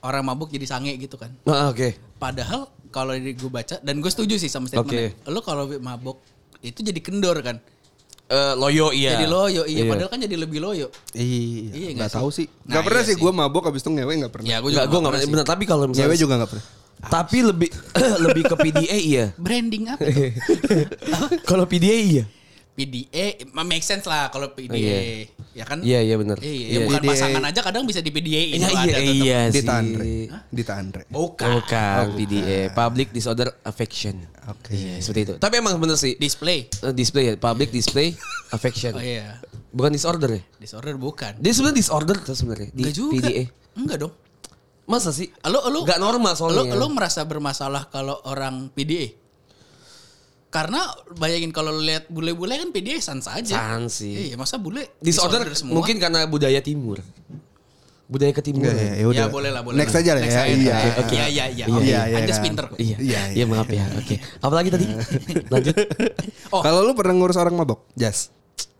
Speaker 5: orang mabuk jadi sange gitu kan.
Speaker 4: Nah, oke.
Speaker 5: Padahal kalau gue baca dan gue setuju sih sama statementnya. Lo kalau mabok itu jadi kendor kan.
Speaker 4: Eh, loyo iya.
Speaker 5: Jadi loyo. Iya,
Speaker 4: Iya.
Speaker 5: padahal kan jadi lebih loyo. Iya,
Speaker 3: Iya,
Speaker 5: nggak
Speaker 3: nggak
Speaker 5: sih?
Speaker 3: tahu sih.
Speaker 5: Nah,
Speaker 3: Nggak pernah
Speaker 5: iya
Speaker 3: sih
Speaker 5: sih.
Speaker 3: gue mabok habis itu ngewe nggak pernah.
Speaker 5: Ya gue
Speaker 4: Enggak, gue
Speaker 5: juga
Speaker 4: enggak
Speaker 5: nggak pernah sih.
Speaker 4: bener. Tapi kalau
Speaker 3: Ngewe
Speaker 4: misalnya
Speaker 3: juga nggak pernah.
Speaker 4: tapi lebih lebih ke PDA iya.
Speaker 5: Branding apa itu?
Speaker 4: kalau PDA iya.
Speaker 5: PDA eh, make sense lah kalau PDA. Ya kan?
Speaker 4: Oh, Iya, iya, bener.
Speaker 5: Iya,
Speaker 4: Iya.
Speaker 5: bukan
Speaker 3: PDA.
Speaker 5: pasangan aja kadang bisa di PDA ini
Speaker 4: Iya, iya, iya sih.
Speaker 3: Dita Andre. Dita Andre.
Speaker 5: Bukan.
Speaker 4: Bukan, PDA, Public Disorder Affection.
Speaker 3: Oke.
Speaker 4: Iya, seperti itu. Tapi emang bener sih, dis-
Speaker 5: Display.
Speaker 4: eh, display ya, Public Display Affection.
Speaker 5: Oh iya.
Speaker 4: Bukan disorder ya?
Speaker 5: Disorder bukan.
Speaker 4: Dia sebenarnya disorder tuh sebenarnya di
Speaker 5: Enggak juga.
Speaker 4: PDA.
Speaker 5: Enggak dong.
Speaker 4: Masa sih?
Speaker 5: Lo lo
Speaker 4: Nggak normal
Speaker 5: lo,
Speaker 4: soalnya.
Speaker 5: lo merasa bermasalah kalau orang PDA? Karena bayangin kalau lo lihat bule-bule kan PDA sans aja.
Speaker 4: San sih.
Speaker 5: Iya, masa bule
Speaker 4: Disorder, mungkin karena budaya timur. Budaya
Speaker 3: Enggak
Speaker 4: ketimuran.
Speaker 3: ya, ya udah.
Speaker 5: Ya boleh lah, boleh.
Speaker 3: Next
Speaker 5: lah.
Speaker 3: aja lah
Speaker 5: Next
Speaker 3: ya.
Speaker 5: aja.
Speaker 3: Iya.
Speaker 5: Oke, iya, iya, iya.
Speaker 3: Iya,
Speaker 5: Oke.
Speaker 3: iya,
Speaker 5: Anjas
Speaker 3: kan.
Speaker 5: pinter kok.
Speaker 4: Iya,
Speaker 3: Iya,
Speaker 4: iya,
Speaker 3: iya.
Speaker 4: maaf ya. Oke. Apalagi tadi? Lanjut.
Speaker 5: Oh,
Speaker 3: Kalau lu pernah ngurus orang mabok? Jas.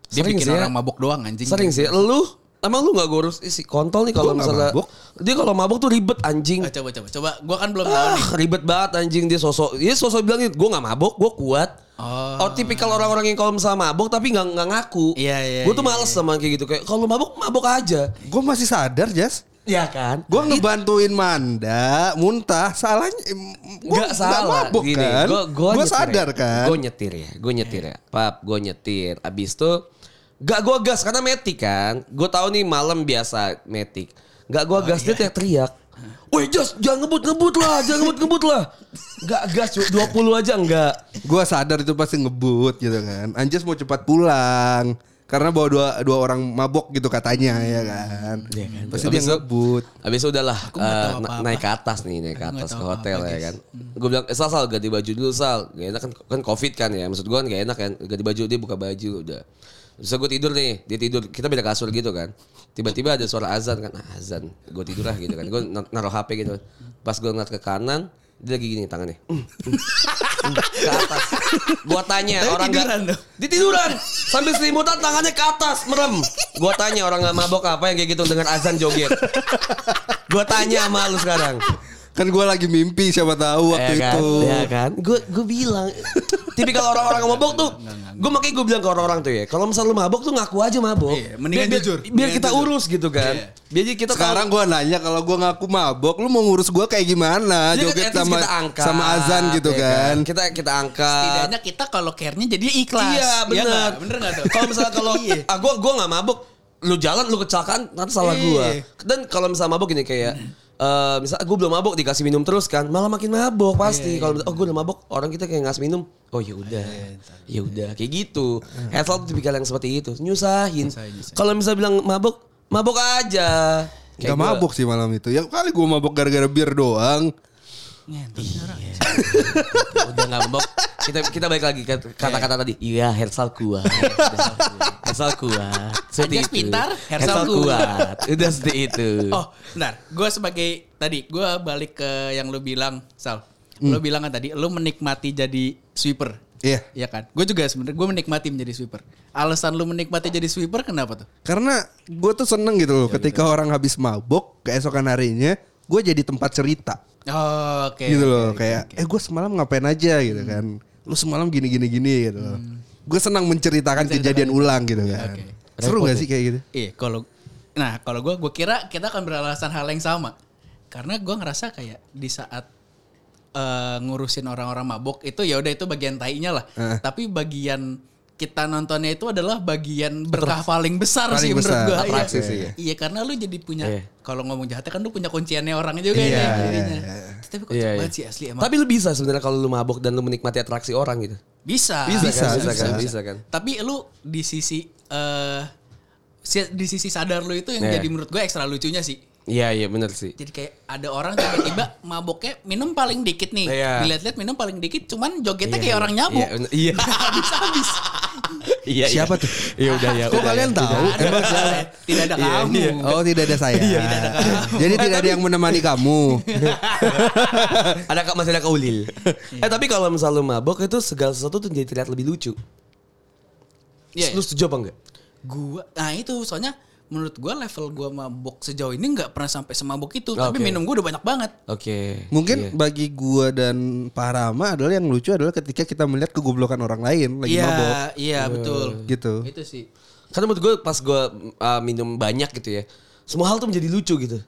Speaker 5: dia
Speaker 4: sering
Speaker 5: bikin
Speaker 4: sih ya.
Speaker 5: orang mabok doang anjing.
Speaker 4: Sering sih. Lu emang lu nggak ngurus isi kontol nih kalau
Speaker 3: Gua nggak
Speaker 4: misalnya
Speaker 3: mabuk.
Speaker 4: dia kalau mabuk tuh ribet anjing.
Speaker 5: Ah, coba coba coba. Gua kan belum tahu
Speaker 4: Ah,
Speaker 5: nih.
Speaker 4: ribet banget anjing dia sosok. Dia sosok bilang gitu, gue nggak mabok, gue kuat.
Speaker 5: Oh.
Speaker 4: Oh. tipikal orang-orang yang kalau misalnya mabok tapi nggak nggak ngaku.
Speaker 5: Iya, iya,
Speaker 4: Gue tuh
Speaker 5: iya,
Speaker 4: males sama kayak gitu kayak kalau mabok mabok aja.
Speaker 3: Gue masih sadar, Jas.
Speaker 4: Iya kan?
Speaker 3: Gue ngebantuin Manda muntah, salahnya gue
Speaker 4: Gak salah
Speaker 3: mabuk kan?
Speaker 4: Gua, gua
Speaker 3: Gue
Speaker 4: nyetir
Speaker 3: sadar
Speaker 4: ya.
Speaker 3: kan?
Speaker 4: Gue nyetir ya Gue nyetir ya Pap gue nyetir Abis itu Gak gue gas Karena metik kan Gue tahu nih malam biasa metik Gak
Speaker 3: Oh,
Speaker 4: gue gas
Speaker 3: iya.
Speaker 4: Dia teriak-teriak Woi Jos jangan ngebut-ngebut lah Jangan ngebut-ngebut lah Gak gas cu, 20 aja enggak
Speaker 3: Gue sadar itu pasti ngebut gitu kan. Anjas mau cepat pulang karena bawa dua dua orang mabok gitu katanya ya kan.
Speaker 4: Iya
Speaker 3: Pasti dia
Speaker 4: Abis itu-
Speaker 3: ngebut.
Speaker 4: Abis itu udahlah
Speaker 5: nggak
Speaker 4: eh,
Speaker 5: tahu
Speaker 4: na-
Speaker 5: apa-apa.
Speaker 4: naik ke atas nih naik ke
Speaker 5: Aku nggak
Speaker 4: atas
Speaker 5: tahu
Speaker 4: ke hotel
Speaker 5: apa-apa,
Speaker 4: ya
Speaker 5: guys. Hmm.
Speaker 4: kan. Gue bilang, eh, sal, sal ganti baju dulu sal. Gak enak kan kan covid kan ya. Maksud gue kan gak enak kan ganti baju dia buka baju udah. Bisa gue tidur nih, dia tidur. Kita beda kasur gitu kan. Tiba-tiba ada suara azan kan, ah, azan. Gue tidur lah gitu kan. Gue na- naruh HP gitu. Pas gue ngeliat ke kanan, dia lagi gini tangannya. Mm, mm, mm, ke atas. Gue tanya
Speaker 5: Tapi
Speaker 4: orang
Speaker 5: tiduran
Speaker 4: gak,
Speaker 5: dong.
Speaker 4: di tiduran sambil selimutan tangannya ke atas merem. Gua tanya orang nggak mabok apa yang kayak gitu dengar azan joget. Gua tanya sama lu sekarang.
Speaker 3: Kan gue lagi mimpi siapa tahu
Speaker 4: ya
Speaker 3: waktu
Speaker 4: kan?
Speaker 3: itu.
Speaker 4: Ya kan? Gua gua bilang tipikal orang-orang yang mabok tuh. Gua makanya gua bilang ke orang-orang tuh ya, kalau misalnya lu mabok tuh ngaku aja mabok.
Speaker 5: Iya,
Speaker 4: biar,
Speaker 5: mendingan
Speaker 4: biar-
Speaker 5: jujur.
Speaker 4: Biar,
Speaker 5: Mendingan
Speaker 4: kita
Speaker 5: jujur.
Speaker 4: urus gitu kan.
Speaker 5: Iya.
Speaker 4: Biar jadi kita
Speaker 3: Sekarang gue nanya kalau gue ngaku mabok, lu mau ngurus gue kayak gimana?
Speaker 4: tahu, Jadi Iya,
Speaker 3: Joget
Speaker 4: at least
Speaker 3: sama
Speaker 4: kita angkat,
Speaker 3: sama azan gitu
Speaker 4: ya
Speaker 3: kan.
Speaker 4: Kita kita angkat.
Speaker 5: Tidaknya kita kalau care-nya jadi ikhlas.
Speaker 4: Ah.
Speaker 5: ya
Speaker 4: Iya benar.
Speaker 5: nggak? bener nggak tuh?
Speaker 4: Kalau misalnya kalau
Speaker 5: Iya.
Speaker 4: ah gua gua nggak mabuk, lu jalan lu kecelakaan nanti salah gua.
Speaker 5: Iya.
Speaker 4: Dan kalau misalnya mabuk gini kayak eh misalnya gue belum mabuk dikasih minum terus kan malah makin mabuk pasti kalau misalnya, oh gue udah mabuk orang kita kayak ngasih minum oh ya udah ya udah kayak gitu Hazel tuh tipikal yang seperti itu nyusahin kalau misalnya bilang mabuk mabuk aja
Speaker 3: Gak
Speaker 4: gua.
Speaker 3: mabok sih malam itu. Ya kali gue mabok gara-gara bir doang.
Speaker 5: Ngentot.
Speaker 4: udah nggak mabok kita kita balik lagi ke kata-kata tadi iya Hersal kuat Hersal kuat seperti
Speaker 5: Anjas
Speaker 4: itu
Speaker 5: pintar, Hersal
Speaker 4: Hersal kuat udah seperti itu
Speaker 5: Oh, benar. Gue sebagai tadi gue balik ke yang lu bilang, Sal. Lu bilang kan tadi lu menikmati jadi sweeper.
Speaker 3: Iya.
Speaker 5: Iya kan? Gue juga sebenarnya gue menikmati menjadi sweeper. Alasan lu menikmati jadi sweeper kenapa tuh?
Speaker 3: Karena gue tuh seneng gitu loh. ketika orang habis mabok, keesokan harinya gue jadi tempat cerita.
Speaker 5: Oh, oke.
Speaker 3: gitu loh kayak eh gue semalam ngapain aja gitu kan lu semalam gini gini gini gitu loh gue senang menceritakan kejadian ulang gitu kan seru gak sih kayak gitu
Speaker 5: Iya, kalau nah kalau gue gue kira kita akan beralasan hal yang sama karena gue ngerasa kayak di saat eh, ngurusin orang-orang mabok itu ya udah itu bagian tainya lah, tapi bagian kita nontonnya itu adalah bagian berkah paling besar
Speaker 3: Paling
Speaker 5: sih
Speaker 3: besar,
Speaker 5: menurut gue.
Speaker 3: atraksi
Speaker 5: iya.
Speaker 3: sih, ya.
Speaker 5: Iya, karena lu jadi punya
Speaker 4: Iya.
Speaker 5: kalau ngomong jahatnya kan lu punya kunciannya orang juga
Speaker 3: Iya,
Speaker 5: ya
Speaker 3: iya,
Speaker 5: jadinya. Tapi kocak
Speaker 4: Iya, iya.
Speaker 5: banget sih asli emang.
Speaker 4: tapi lu bisa sebenarnya kalau lu mabok dan lu menikmati atraksi orang gitu
Speaker 5: Bisa.
Speaker 4: bisa, kan? bisa,
Speaker 3: bisa,
Speaker 4: kan
Speaker 3: bisa.
Speaker 4: bisa kan
Speaker 5: Tapi lu di sisi eh si- di sisi sadar lu itu yang
Speaker 4: Iya.
Speaker 5: jadi menurut gue ekstra lucunya sih.
Speaker 4: iya iya benar sih
Speaker 5: Jadi kayak ada orang tiba-tiba maboknya minum paling dikit nih.
Speaker 4: Iya.
Speaker 5: Dilihat-lihat minum paling dikit cuman jogetnya
Speaker 4: Iya,
Speaker 5: kayak
Speaker 4: iya.
Speaker 5: orang nyabuk.
Speaker 4: Iya, bener. Iya.
Speaker 5: Habis-habis.
Speaker 4: iya
Speaker 3: Siapa tuh?
Speaker 4: ya udah ya
Speaker 3: kok
Speaker 4: udah,
Speaker 3: kalian
Speaker 4: ya.
Speaker 3: tahu
Speaker 5: Tidak ada, tidak ada kamu.
Speaker 3: oh tidak ada saya jadi tidak ada yang menemani kamu
Speaker 4: ada Kak- masih ada kaulil eh tapi kalau misalnya lu mabok itu segala sesuatu tuh jadi terlihat lebih lucu
Speaker 5: Iya,
Speaker 4: lu setuju apa enggak
Speaker 5: Gua nah itu soalnya menurut gua level gua mabok sejauh ini nggak pernah sampai semabok itu,
Speaker 4: Oke.
Speaker 5: tapi minum gua udah banyak banget.
Speaker 4: oke
Speaker 3: mungkin
Speaker 4: Iya.
Speaker 3: bagi gue dan Pak Rama adalah yang lucu adalah ketika kita melihat kegoblokan orang lain lagi
Speaker 5: Iya,
Speaker 3: mabok
Speaker 5: iya betul.
Speaker 3: gitu
Speaker 5: Itu sih.
Speaker 4: Karena menurut gue pas gue uh, minum banyak gitu ya, semua hal tuh menjadi lucu gitu.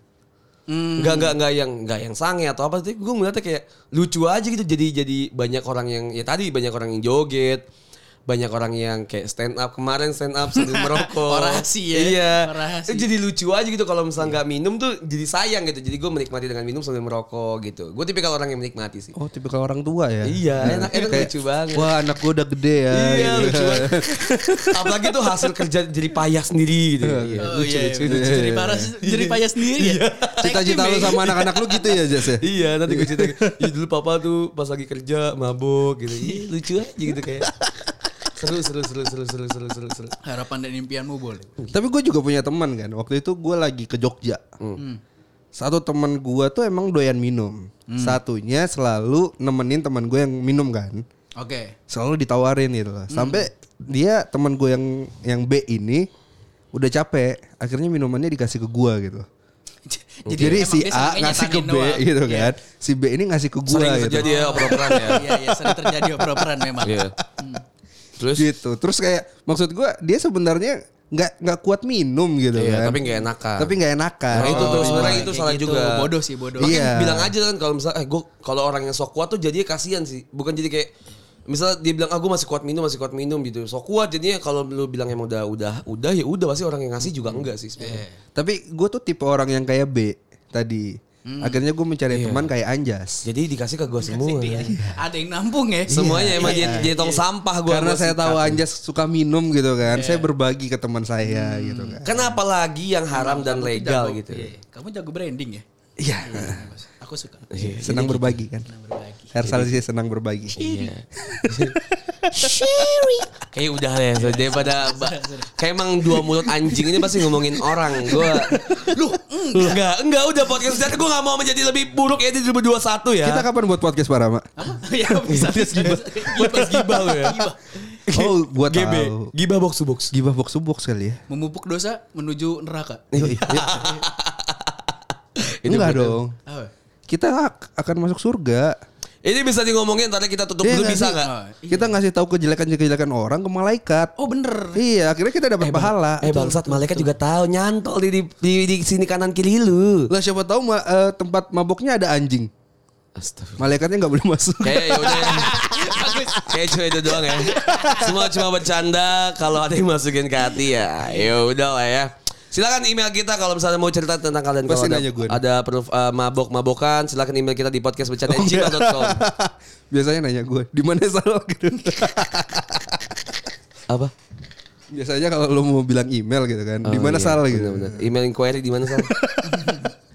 Speaker 4: Nggak nggak nggak yang nggak yang sange atau apa, tapi gue ngeliatnya kayak lucu aja gitu. Jadi jadi banyak orang yang ya tadi banyak orang yang joget. banyak orang yang kayak stand up kemarin stand up sambil merokok.
Speaker 5: Orasi ya,
Speaker 4: Iya.
Speaker 5: orasi.
Speaker 4: Itu jadi lucu aja gitu kalau misalnya nggak minum tuh jadi sayang gitu. Jadi gue menikmati dengan minum sambil merokok gitu. Gue tipikal orang yang menikmati sih.
Speaker 3: Oh, tipikal orang tua ya.
Speaker 4: Iya,
Speaker 3: Nah,
Speaker 4: enak- enak
Speaker 3: kayak,
Speaker 4: lucu banget.
Speaker 3: Wah, anak gue udah gede ya.
Speaker 4: Iya
Speaker 3: gitu.
Speaker 4: lucu banget. Apalagi tuh hasil kerja jadi payah sendiri gitu. Iya,
Speaker 5: Oh,
Speaker 4: lucu
Speaker 5: iya,
Speaker 4: lucu.
Speaker 5: iya.
Speaker 4: lucu.
Speaker 5: Jadi parah, jadi payah sendiri ya.
Speaker 3: Iya. Cita-cita lu sama anak-anak lu gitu ya, Jas ya?
Speaker 4: Iya nanti gue cerita "Ih, Dulu papa tuh pas lagi kerja mabuk gitu Ih, Lucu aja gitu kayak Seru seru seru seru seru seru seru seru
Speaker 5: Harapan dan impianmu boleh.
Speaker 3: Tapi gue juga punya teman kan. Waktu itu gue lagi ke Jogja.
Speaker 4: Hmm.
Speaker 3: Satu teman gue tuh emang doyan minum.
Speaker 4: Hmm.
Speaker 3: Satunya selalu nemenin teman gue yang minum kan.
Speaker 5: Oke.
Speaker 3: Selalu ditawarin gitu loh. Sampai dia teman gue yang yang B ini udah capek. Akhirnya minumannya dikasih ke gue gitu. Jadi,
Speaker 5: emang
Speaker 3: si
Speaker 5: dia
Speaker 3: A
Speaker 5: sengaja
Speaker 3: ngasih ke B
Speaker 5: nyetangin doang.
Speaker 3: gitu
Speaker 5: Iya.
Speaker 3: kan. Si B ini ngasih ke gue
Speaker 4: Sering
Speaker 3: gitu.
Speaker 4: terjadi ya operan ya
Speaker 5: Iya, iya, sering terjadi oper-operan memang.
Speaker 4: Iya Terus
Speaker 3: gitu. Terus kayak maksud gue dia sebenarnya nggak nggak kuat minum gitu
Speaker 4: Iya,
Speaker 3: kan.
Speaker 4: tapi nggak enakan.
Speaker 3: Tapi nggak enakan.
Speaker 4: Nah, itu tuh
Speaker 5: Oh,
Speaker 4: sebenarnya
Speaker 5: kayak
Speaker 4: itu salah
Speaker 5: gitu.
Speaker 4: juga.
Speaker 5: Bodoh sih, bodoh.
Speaker 4: Makanya
Speaker 3: Iya.
Speaker 4: bilang aja kan kalau misalnya eh gua kalau orang yang sok kuat tuh jadinya kasihan sih. Bukan jadi kayak misalnya dia bilang ah gua masih kuat minum, masih kuat minum gitu. Sok kuat jadinya kalau lu bilang emang udah udah udah ya udah pasti orang yang ngasih juga
Speaker 5: Hmm.
Speaker 4: enggak sih
Speaker 5: Eh.
Speaker 4: sebenarnya.
Speaker 3: Tapi gue tuh tipe orang yang kayak B tadi.
Speaker 4: Hmm.
Speaker 3: Akhirnya gue mencari
Speaker 4: Iya.
Speaker 3: teman kayak Anjas.
Speaker 4: Jadi dikasih ke gua semua.
Speaker 5: ya. Iya. Ada yang nampung ya.
Speaker 4: Semuanya emang jadi, jadi tong sampah gua.
Speaker 3: Iya,
Speaker 4: Gua
Speaker 3: Karena
Speaker 4: Iya.
Speaker 3: saya
Speaker 4: sikat.
Speaker 3: tahu Anjas suka minum gitu kan. Saya berbagi ke teman
Speaker 4: Hmm.
Speaker 3: saya gitu kan.
Speaker 4: Kenapa lagi yang haram dan legal
Speaker 5: Jago-
Speaker 4: gitu.
Speaker 5: iya. Kamu jago branding ya?
Speaker 3: Iya.
Speaker 5: Aku suka.
Speaker 3: Senang berbagi kan. Hersal sih senang berbagi.
Speaker 4: Iya. Sharing. Kayak udah deh so, daripada ba- kayak emang dua mulut anjing ini pasti ngomongin orang. Gua lu enggak enggak udah podcast sekarang gua enggak mau menjadi lebih buruk ya di 2021 ya.
Speaker 3: Kita kapan buat podcast Pak Rama?
Speaker 5: Apa? Ya bisa.
Speaker 4: podcast gibah lu ya.
Speaker 5: Gibah.
Speaker 3: Oh, gua
Speaker 4: GB,
Speaker 3: tahu.
Speaker 4: gibah box to box.
Speaker 3: Gibah box to box kali ya.
Speaker 5: Memupuk dosa menuju neraka.
Speaker 3: Yoi. Iya. Enggak dong.
Speaker 5: Apa?
Speaker 3: Kita ak- akan masuk surga.
Speaker 4: Ini bisa di ngomongin ntar kita tutup
Speaker 3: Iya
Speaker 4: dulu
Speaker 3: nggak
Speaker 4: bisa
Speaker 3: sih?
Speaker 4: enggak?
Speaker 5: Ah, iya.
Speaker 3: Kita ngasih tahu kejelekan-kejelekan orang ke malaikat.
Speaker 5: Oh bener.
Speaker 3: Iya, akhirnya kita dapat pahala.
Speaker 4: Eh bangsat malaikat juga tahu nyantol di di, di, di sini kanan kiri lu.
Speaker 3: Lah siapa tahu ma- eh, tempat maboknya ada anjing.
Speaker 4: Astagfirullah.
Speaker 3: Malaikatnya nggak boleh masuk.
Speaker 4: Kayak ya udah. Kayak cuma itu doang ya. Semua cuma bercanda kalau ada yang masukin ke hati ya. Ya udah lah ya. Silakan email kita kalau misalnya mau cerita tentang kalian kalau
Speaker 3: Pesin
Speaker 4: ada,
Speaker 3: aja gue nih.
Speaker 4: ada perlu eh, mabok-mabokan silakan email kita di podcast
Speaker 3: Biasanya nanya gue, di mana salah gitu.
Speaker 4: Apa?
Speaker 3: Biasanya kalau lu mau bilang email gitu kan,
Speaker 4: iya,
Speaker 3: di mana salah gitu.
Speaker 4: Bener-bener. Oh, Email inquiry di mana Sal?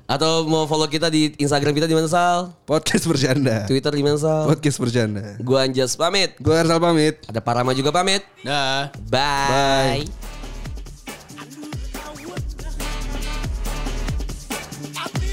Speaker 4: Atau mau follow kita di Instagram kita di mana Sal?
Speaker 3: Podcast bercanda.
Speaker 4: Twitter di mana Sal?
Speaker 3: Podcast bercanda.
Speaker 4: Gua Anjas pamit.
Speaker 3: Gue Arsal pamit.
Speaker 4: Ada Parama juga pamit.
Speaker 5: Dah.
Speaker 4: Bye.
Speaker 2: I knew I would. I